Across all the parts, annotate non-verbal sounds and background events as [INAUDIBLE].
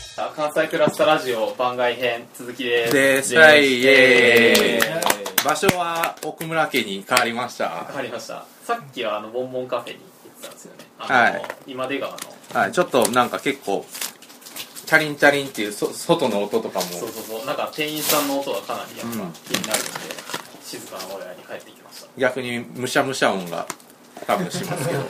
イクラスタラジオ番外編続きですですイエーイはいイエイエーーイ場所は奥村家に変わりましたわかりましたさっきはあのボンボンカフェに行ってたんですよねあの、はい今出川のはいちょっとなんか結構チャリンチャリンっていうそ外の音とかもそうそうそうなんか店員さんの音がかなりやっうんぱ気になるので、静かな我らに帰ってきました逆にむしゃむしゃ音が多分します [LAUGHS] けど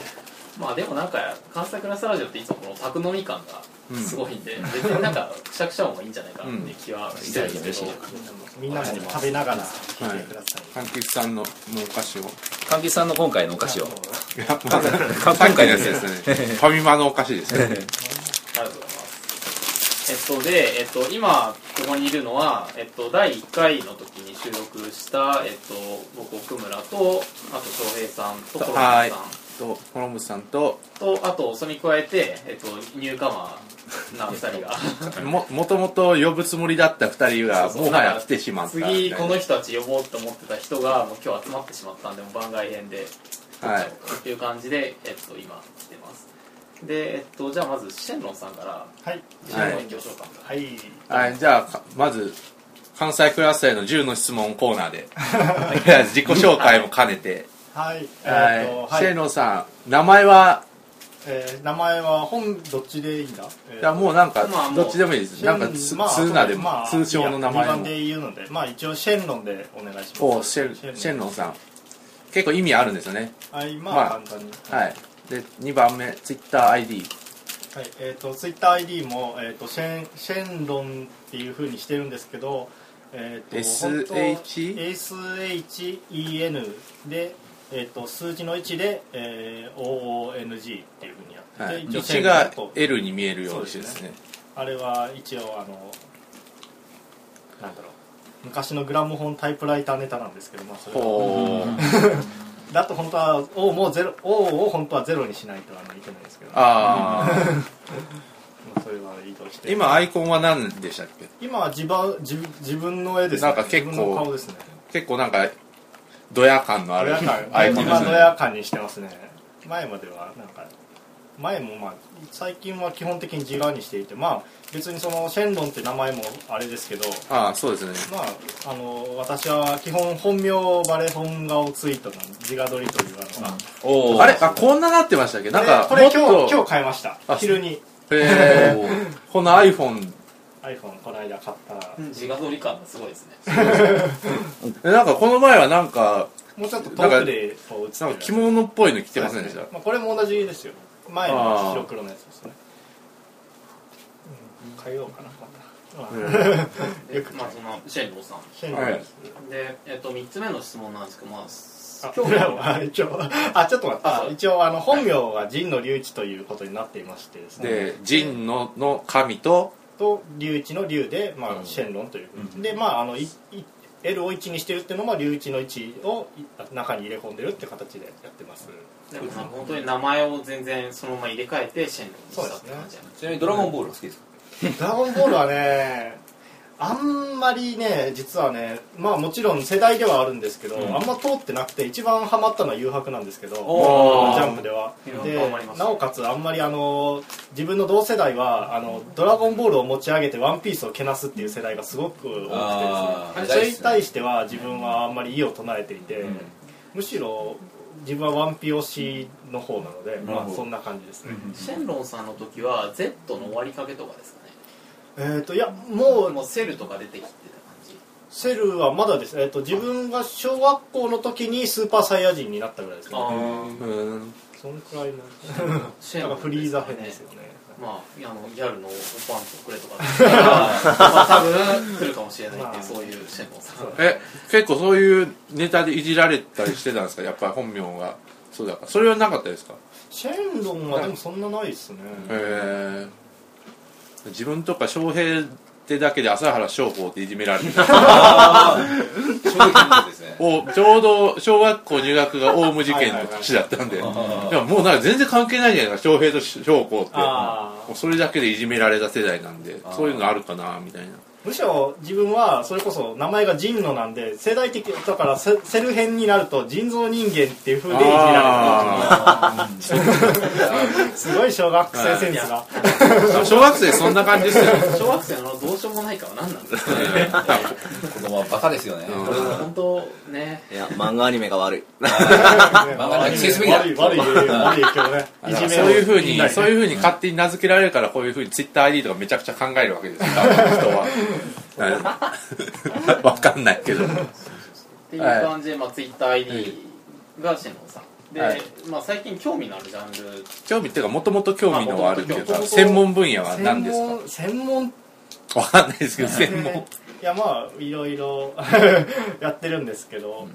まあでもなんか関西クラスタラジオっていつもこの宅飲み感がすごいんで、別になんかくしゃくしゃ音がいいんじゃないかなって気はしてるんですけど、みんなも食べながら聞いてください。柑橘さんののお菓子を柑橘さんの今回のお菓子をいやまだか今回のやつですね [LAUGHS] ファミマのお菓子ですねありがとうございます。えっと、で、えっと、今、ここにいるのは、えっと、第1回の時に収録した、えっと、僕、奥村と、あと、翔平さんと、コロさはいんとコロムさんとと、あと、それに加えて、えっと、ニューカマーな2人が、ももともと呼ぶつもりだった二人がそうそうもはや来てしまった次、この人たち呼ぼうと思ってた人が、もう今日集まってしまったんで、もう番外編で、はいっていう感じで、えっと、今、来てます。で、えっと、じゃあ、まず、シェンロンさんから、はい。シェンロン行きましょうか。はい。はい、じゃあかまず関西クラスへの10の質問コー [LAUGHS] ナーでいや自己紹介も兼ねて、はい。えはいーと、はシェーい。ノンさん名前は、えー名前は本どっちでいいんだ。いやもうなんかまあもうどっちでもいいです、シェなンんかつ、まあ通なでも、まあ通称の名前いや二番もで言うので、まあ一応シェンロンでお願いします。おシェンシェンロンさん結構意味あるんですよねはい。ままああ簡単に。はいで2番目ツイッター ID はい、えっ、とツイッター ID もえっ、とシェンシェンロンっていう風にしてるんですけど、えっ、と SH S H E N でえっ、と数字の1で、えー、O O N G っていう風にやってて、はい、一応1がシェンロンと L に見えるようにしてですねあれは一応あのなんだろう昔のグラムホンタイプライターネタなんですけどまあそれはほうだと本当は O もゼロ O を本当はゼロにしないとあのいけないんですけど、ああまあそれは移動して今アイコンは何でしたっけ今は自分自自分の絵ですねなんか結構自分の顔ですね結構なんかドヤ感のあドるヤ感アイコンで今すドねヤ感にしてますね前まではなんか前もまあ最近は基本的に自我にしていてまあ別にそのシェンロンって名前もあれですけどああそうですねまああの私は基本本名バレ本顔ツイートなんで自我撮りというあのおーあれあこんななってましたっけなんかこれもっこれ今と日今日買いましたあ昼にへーこの iPhone iPhone この間買った自画撮り感がすごいですね。えなんかこの前はなんかもうちょっと遠くでこう映ってなんるか着物っぽいの着てませんでしたまあ、これも同じですよ前の白黒のやつですね、うん、変えようかなまた、まあでまあ、その、シェンロンさん。シェンロンですで、えっと、3つ目の質問なんですけど、まあ、あ今今日日 [LAUGHS] は、は一応あちょっと待ってああ一応あの本名は神野隆一ということになっていましてですねで神のの神とと隆一の隆で、まあ、シェンロンという、でまああのいい L を1にしてるっていうのも隆一の1をい中に入れ込んでるって形でやってますでもなんか本当に名前を全然そのまま入れ替えてシェンロンにしたって感じやねちなみにドラゴンボールは好きですかドラゴンボールはねあんまりね実はねまあもちろん世代ではあるんですけど、うんあんま通ってなくて一番ハマったのは誘白なんですけどジおーャンプではうんで頑張りますなおかつあんまりあの自分の同世代はあのドラゴンボールを持ち上げてワンピースをけなすっていう世代がすごく多くてですねあーそれに対しては自分はあんまり異を唱えていて、むしろ自分はワンピ推しの方なので、なるまあほどそんな感じですね、シェンロンさんの時は Z の終わりかけとかですかねえっ、といやもうもうセルとか出てきてた感じセルはまだです、えっと自分が小学校の時にスーパーサイヤ人になったぐらいですねあうーんそのくらい [LAUGHS] のあシなんかフリーザ編ですねよねまあ、いやあのギャルのおパンとくれ [LAUGHS] とかだったらまあ多分来るかもしれないっていうそういうシェンロンさんえ結構そういうネタでいじられたりしてたんですかやっぱり本名がそうだからそれはなかったですかシェンロンはでもそんなないですね、へえ自分とか翔平ってだけで朝原翔法っていじめられてた衝撃 [LAUGHS] ですねおちょうど小学校入学がオウム事件の年だったんで、いやもうなんか全然関係ないじゃないですか、翔平と翔子って、あもうそれだけでいじめられた世代なんであ、ーそういうのあるかなみたいな。むしろ自分はそれこそ名前が神野なんで世代的だからセセル編になると人造人間っていう風でいじらあれてすごい小学生センスがー小学生そんな感じですよね小学生のどうしようもないから何なんですかね子供はバカですよね。これも本当ねいや漫画アニメが悪い漫画に規制すべきだ悪い悪い悪い影響ね [LAUGHS] だかいじらめそういうふうに、そうういうふうに勝手に名付けられるから、こういうふうにツイッター ID とかめちゃくちゃ考えるわけですよ、多分人は。なわかんないけど。っていう感じで、まあ、TwitterID がしのさんで、はいまあ、最近興味のあるジャンル興味っていうか、もともと興味のはあるけあ元ど、々専門分野は何です専門専門かわかんないですけど、専門。いやまあいろいろ [LAUGHS] やってるんですけど、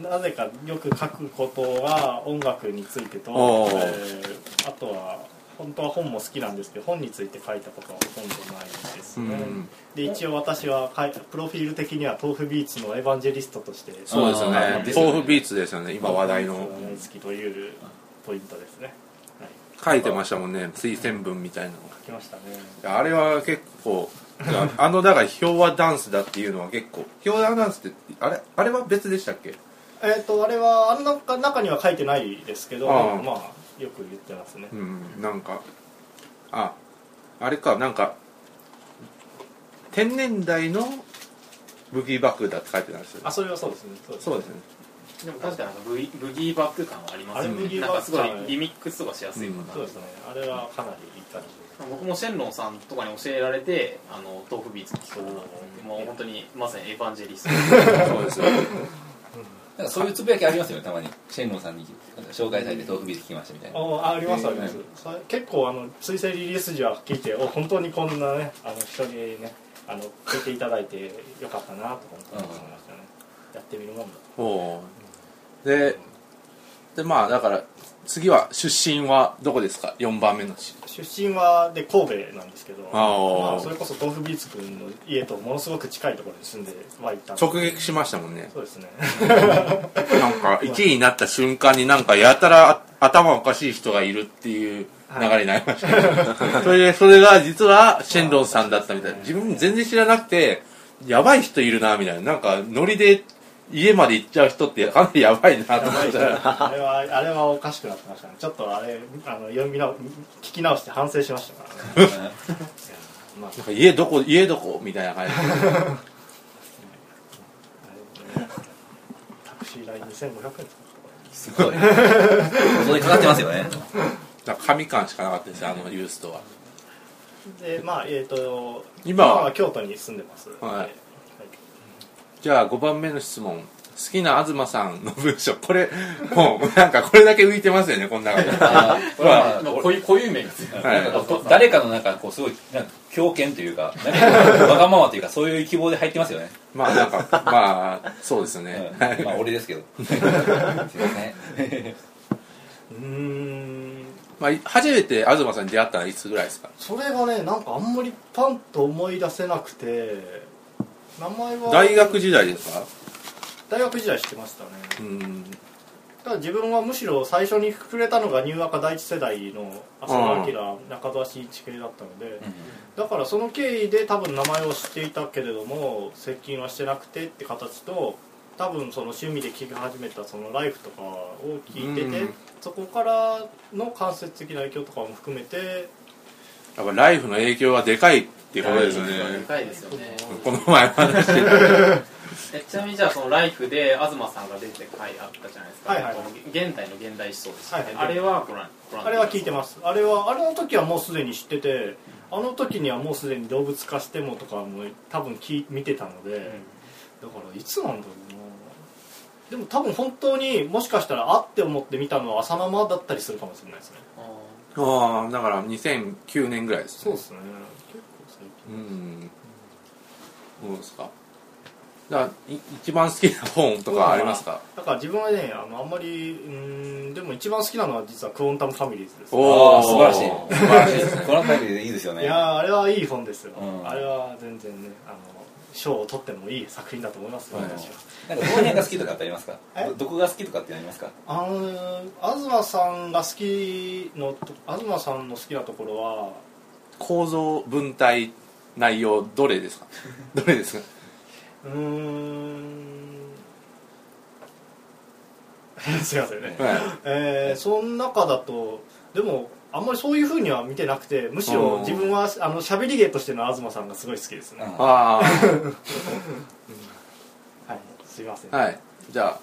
なぜかよく書くことは音楽についてと、おーえーあとは本当は本も好きなんですけど本について書いたことはほとんどないですね、うんで一応私はかいプロフィール的には豆腐ビーツのエヴァンジェリストとしてそうですよあーね。豆腐ビーツですよね、今話題の豆。腐ビーツが大好きというポイントですね書いてましたもんね、推薦文みたいなのが書きましたねいやあれは結構あ [LAUGHS] のだから氷和ダンスだっていうのは結構氷和ダンスってあれあれは別でしたっけえっ、とあれはあんなか中には書いてないですけどあーまあよく言ってますね、うんなんかああれかなんか天然代のブギーバックだって書いてたんですよねあそれはそうですねそうですねそうですねでも確かになんかブギブギーバック感はありますよあれブギねーなバんッかクす感ごはいリミックスとかしやすいようなそうですねあれはかなりいい感じ僕もシェンロンさんとかに教えられてあの豆腐ビーツ聞こううんもう本当にまさにエヴァンジェ [LAUGHS] リストそうですよなんかそういうつぶやきありますよね、たまに。シェンロンさんになんか紹介されて豆腐ビーツ聞きましたみたいな。あありますありますうんそれ結構あの推薦リリース時は聞いてお本当にこんなねあの人にねあの聞いていただいてよかったなと思って思いましたね、やってみるもんだおうででまあだから次は出身はどこですか4番目のし出身はで神戸なんですけどあーまあ、それこそ豆腐ビーツ君の家とものすごく近いところに住んではいたんで直撃しましたもんねそうです [LAUGHS] ねなんか1位になった瞬間になんかやたらあ頭おかしい人がいるっていう流れになりましたね、 [LAUGHS] それでそれが実はシェンロンさんだったみたいな自分全然知らなくてやばい人いるなみたいななんかノリで家まで行っちゃう人ってかなりやばいなやと思ばいっ人ただらあれはあれはおかしくなってましたねちょっとあれあの読み直聞き直して反省しましたからねい [LAUGHS] やまあなんか家どこ家どこみたいな感じでタクシー代2500円ですかすごい。それかかってますよね。なんか神感しかなかったですよあのユースとはでまあえっ、と今は京都に住んでますはいじゃあ5番目の質問好きな東さんの文章これもうなんかこれだけ浮いてますよねこんな [LAUGHS] 中であーこれはまあの固有固有名がついてるはいなんか誰かのなんかこうすごいなんか狂犬というかなんかわがままというかそういう希望で入ってますよね、まあなんかまあそうですね、うんまあ俺です [LAUGHS] けどすいませんうーんまあ、い初めて東さんに出会ったのはいつぐらいですかそれがねなんかあんまりパンと思い出せなくて名前は大学時代ですか大学時代知ってましたねうんただ自分はむしろ最初に触れたのがニューアカ第一世代の浅田明中澤慎一系だったので、だからその経緯で多分名前を知っていたけれども接近はしてなくてって形と多分その趣味で聴き始めたそのライフとかを聞いてて、うんそこからの間接的な影響とかも含めてやっぱライフの影響はでかいっていうことですよねでかいですよねこの前話してたえちなみにじゃあその「ライフで東さんが出て回あったじゃないですか、はいはいこの現代の現代思想です、ねはいはいあれはご覧ご覧あれは聞いてまますあれはあれの時はもうすでに知っててあの時にはもうすでに動物化してもとかも多分聞い見てたので、だからいつなんだろうなでも多分本当にもしかしたらあって思って見たのは浅間だったりするかもしれないですねああだから2009年ぐらいですそうねですね結構最近うんそうですかだからい一番好きな本とかありますかだから自分はねあのあんまりうーんでも一番好きなのは実はクオンタムファミリーズですいおあー素晴らしい素晴らしいですねこのタイプでいいですよねやーあれはいい本ですよ、うんあれは全然ねあの賞を取ってもいい作品だと思いますよ、はい私はなんかどの辺が好きとかってありますかえどどこが好きとかってありますかあの東さんが好きのと東さんの好きなところは構造文体内容どれ [LAUGHS] ですかどれですかうーん [LAUGHS] すいませんね、はえー、その中だとでもあんまりそういうふうには見てなくてむしうんろ自分はあの喋り芸としての東さんがすごい好きですね、うんあはいすいません、あはいじゃあ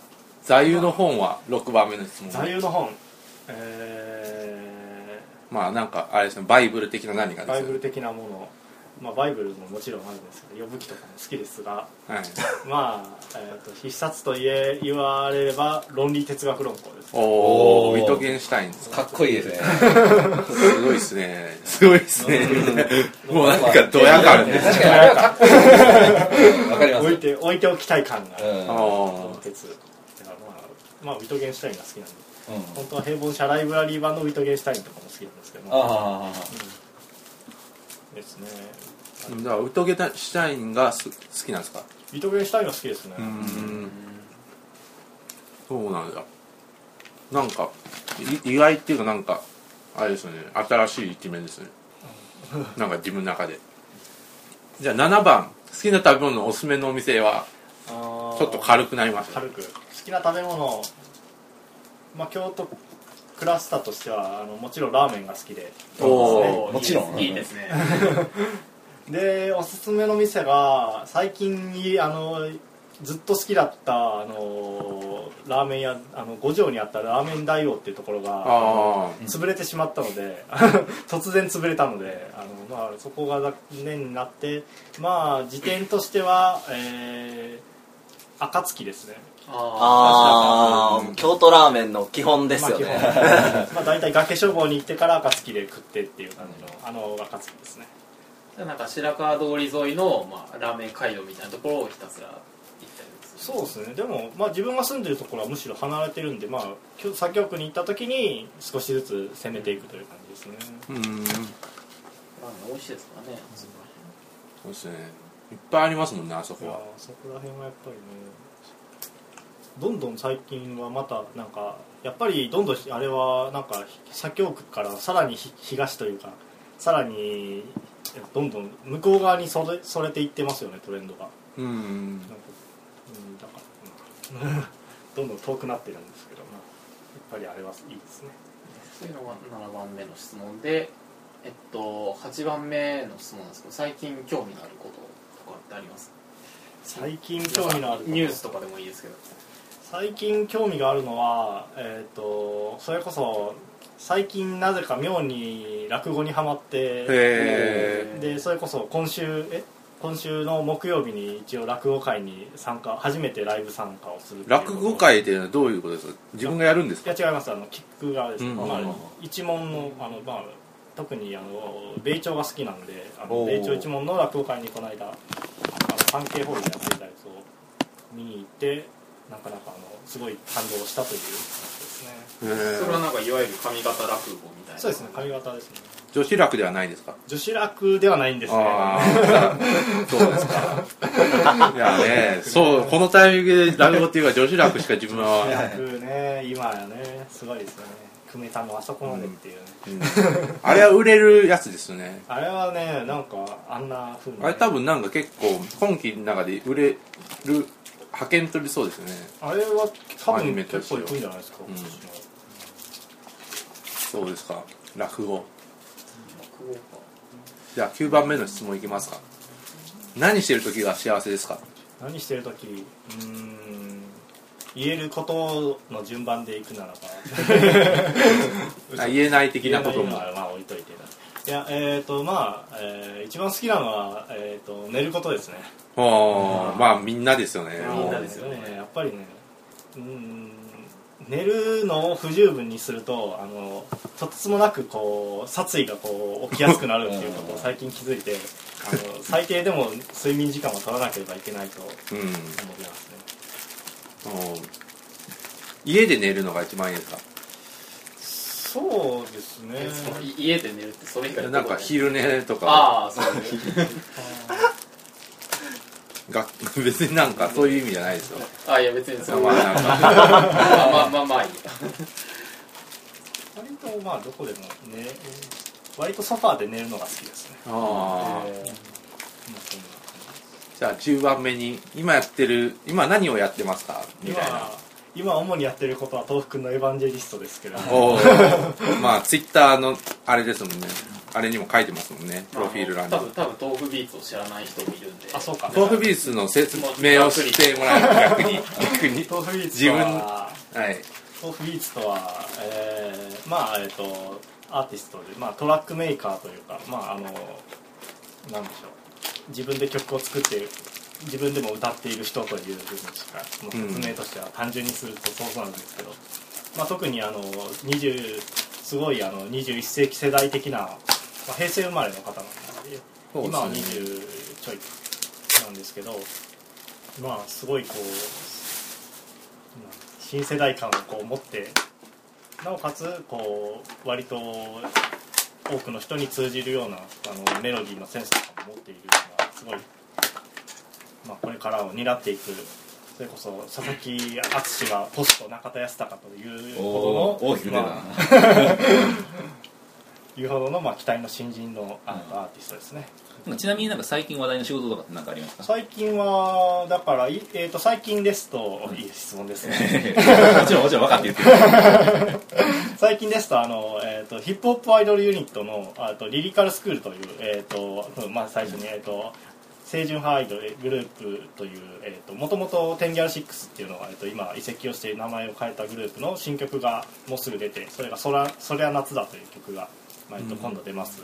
座右の本は6番目の質問座右の本えまあなんかあれですねバイブル的な何かー、でバすよイブねル的なものまあバイブルももちろんあるんですけど呼ぶ記とかも好きですが [LAUGHS] はい、まあ、えー、と必殺と言え言われれば論理哲学論考ですおおおーミトゲンシュタインですかかっこいいですねすごいっすねすごいっすねもうなんかドヤ感ねね確かにあれはかっこいいですねわかります置いて置いておきたい感が、うんあ論ー哲だからまあ、まあ、ウィトゲンシュタインが好きなんでうん本当は平凡社ライブラリー版のウィトゲンシュタインとかも好きなんですけどもあですねじゃあウトゲンシュタインがす好きなんですかウィトゲンシュタインが好きですね、うんそうなんだなんかい意外っていうかなんかあれですよね新しい一面ですねなんか自分の中でじゃあ7番好きな食べ物のおすすめのお店はあーちょっと軽くなりましたね軽く好きな食べ物まあ京都クラスターとしてはあのもちろんラーメンが好きでおもちろんいいですねでおすすめの店が最近にあのずっと好きだったあのラーメン屋あの五条にあったラーメン大王っていうところあがあ潰れてしまったので [LAUGHS] 突然潰れたのであの、まあ、そこが残念になってまあ時点としては、えー、暁ですねああ、京都ラーメンの基本ですよまね。あ、[LAUGHS] 基本まあ大体崖消防に行ってから暁で食ってっていう感じのあの暁ですねじゃあなんか白川通り沿いの、まあ、ラーメン街道みたいなところをひたすら行ったりですそうですねでも、まあ、自分が住んでるところはむしろ離れてるんで、まあ、きょ左京区に行った時に少しずつ攻めていくという感じですねうんラーメン美味しいですからねそこら辺そうですねいっぱいありますもんねあそいこやはそこら辺はやっぱりねどんどん最近はまたなんかやっぱりどんどんあれはなんか左京区からさらにひ東というかさらにどんどん向こう側にそれそれていってますよねトレンドがうんなんか、うん、だから、 [LAUGHS] うんどんどん遠くなってるんですけど、まあ、やっぱりあれはいいですねそういうのが7番目の質問で、えっと、8番目の質問なんですけど最近興味のあることとかってあります最近興味のあることニュースとかでもいいですけど最近興味があるのはえっ、とそれこそ最近なぜか妙に落語にはまってへえでそれこそ今週え今週の木曜日に一応落語会に参加初めてライブ参加をするっていう落語会っていうのはどういうことですか自分がやるんですいかや違いますあのキック側です、うんまうんあ、一門のあの、まあ、特にあの米朝が好きなんであのおー米朝一門の落語会にこの間あの関係ホールでやっていたやつを見に行ってなかなかあのすごい感動したという感じですねへそれはーなんかいわゆる上方落語みたいなそうですね髪型ですね女子楽ではないですか女子楽ではないんですけどああ、そうですか。いやね、そう、このタイミングで落語っていうか女子楽しか自分は、楽ね今やねすごいですよね久米さんのあそこまでっていうね、うんあれは売れるやつですよね。あれはねなんかあんなふうに、ね、あれ多分なんか結構、今期の中で売れる、派遣取りそうですよね。あれは多アニ分メ結として構はいくんじゃないですか、ん今年のそうですか、落語。落語かじゃあ9番目の質問いきますか。何してる時が幸せですか何してる時うーん言えることの順番でいくならばあ言えない [LAUGHS] 的言えななこいとのも。はまあ置いといていやえっ、とまあ、えー一番好きなのは、えー、と寝ることですねあーまあみんなですよね。みんなですよねもうやっぱりねうーん寝るのを不十分にするとあのとてつもなくこう殺意がこう起きやすくなるっていうことを最近気づいてあの最低でも睡眠時間を取らなければいけないと思いうん。ますねうん家で寝るのが一番いいですかそうですねえそのい家で寝るってそれ以外なんかひ昼寝とかああそうですねが [LAUGHS] 別になんかそういう意味じゃないですよあいや別にそのまあまあなんかまあまあまあいいや割とまあどこでもね割とソファーで寝るのが好きですねあーそんなじゃあ10番目に今やってる今何をやってますかみたいな今今主にやってることは豆腐くんのエヴァンジェリストですけどおー [LAUGHS] まあツイッターのあれですもんねあれにも書いてますもんねプロフィール欄に多分多分豆腐ビーツを知らない人もいるんであそうか豆腐ビーツの説明をしてもらえる逆に逆に豆腐ビーツ自と分ははい豆腐ビーツとは、えーまあえっ、とアーティストで、まあ、トラックメーカーというかまああのなんでしょう自分で曲を作って自分でも歌っている人という部分しかもう説明としては単純にするとそうなんですけど、まあ、特にあの20すごいあの21世紀世代的な、まあ、平成生まれの方なんですよそうですね今は20ちょいなんですけどまあすごいこう新世代感をこう持ってなおかつこう割と多くの人に通じるようなあのメロディーのセンスとかも持っているのがすごい、まあ、これからを担っていくそれこそ佐々木淳がポスト中田康隆というほどの大きく出たな、まあいうほどの、まあ、期待の新人のあのアーティストですね。まあちなみになんか最近話題の仕事とかって何かあります [LAUGHS] か最近はだから、いえー、と最近ですと [LAUGHS] いい質問ですね [LAUGHS] もちろんもちろん分かって言ってる最近ですとあの、えー、とヒップホップアイドルユニットのあとリリカルスクールという、えーとうんまあ、最初に、えー、と清純派アイドルグループという、えー、ともともとテンギャル6っていうのは、えー、と今移籍をして名前を変えたグループの新曲がもうすぐ出てそれがそら「そりゃ夏だ」という曲が、まあえー、と今度出ます、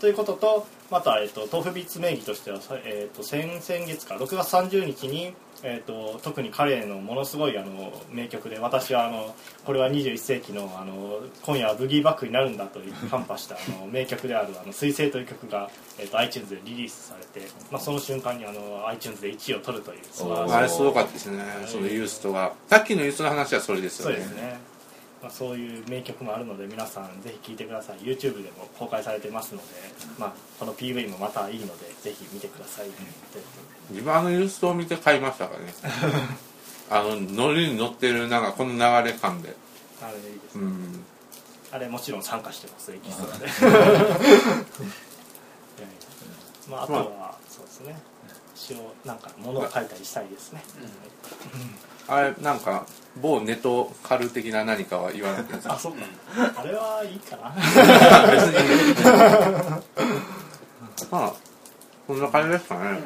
ということとまた、えっと豆腐ビーツ名義としては、さえっと先々月か6月30日に、えっと特に彼のものすごいあの名曲で私はあのこれは21世紀のあの今夜はブギーバックになるんだという [LAUGHS] 反破したあの名曲である「あの彗星」という曲が、えっと iTunes でリリースされて、まあ、その瞬間にあの iTunes で1位を取るという素晴らしいあれすごかったですねそのユーストがさっきのユーストの話はそれですそようねですね、まあ、そういう名曲もあるので皆さんぜひ聴いてください YouTube でも公開されてますので、まあ、この PV もまたいいのでぜひ見てください、ということで自分あのユーストを見て買いましたから [LAUGHS] ねあの乗りに乗ってるなんかこの流れ感であれいいですうね、んあれもちろん参加してますエキストラで [LAUGHS] まああとはそうですね詩をなんか物を書いたりしたいですね、あれなんか某ネトカル的な何かは言わなくていい [LAUGHS] ですかあそうかあれはいいかなまあこんな感じですかね、うん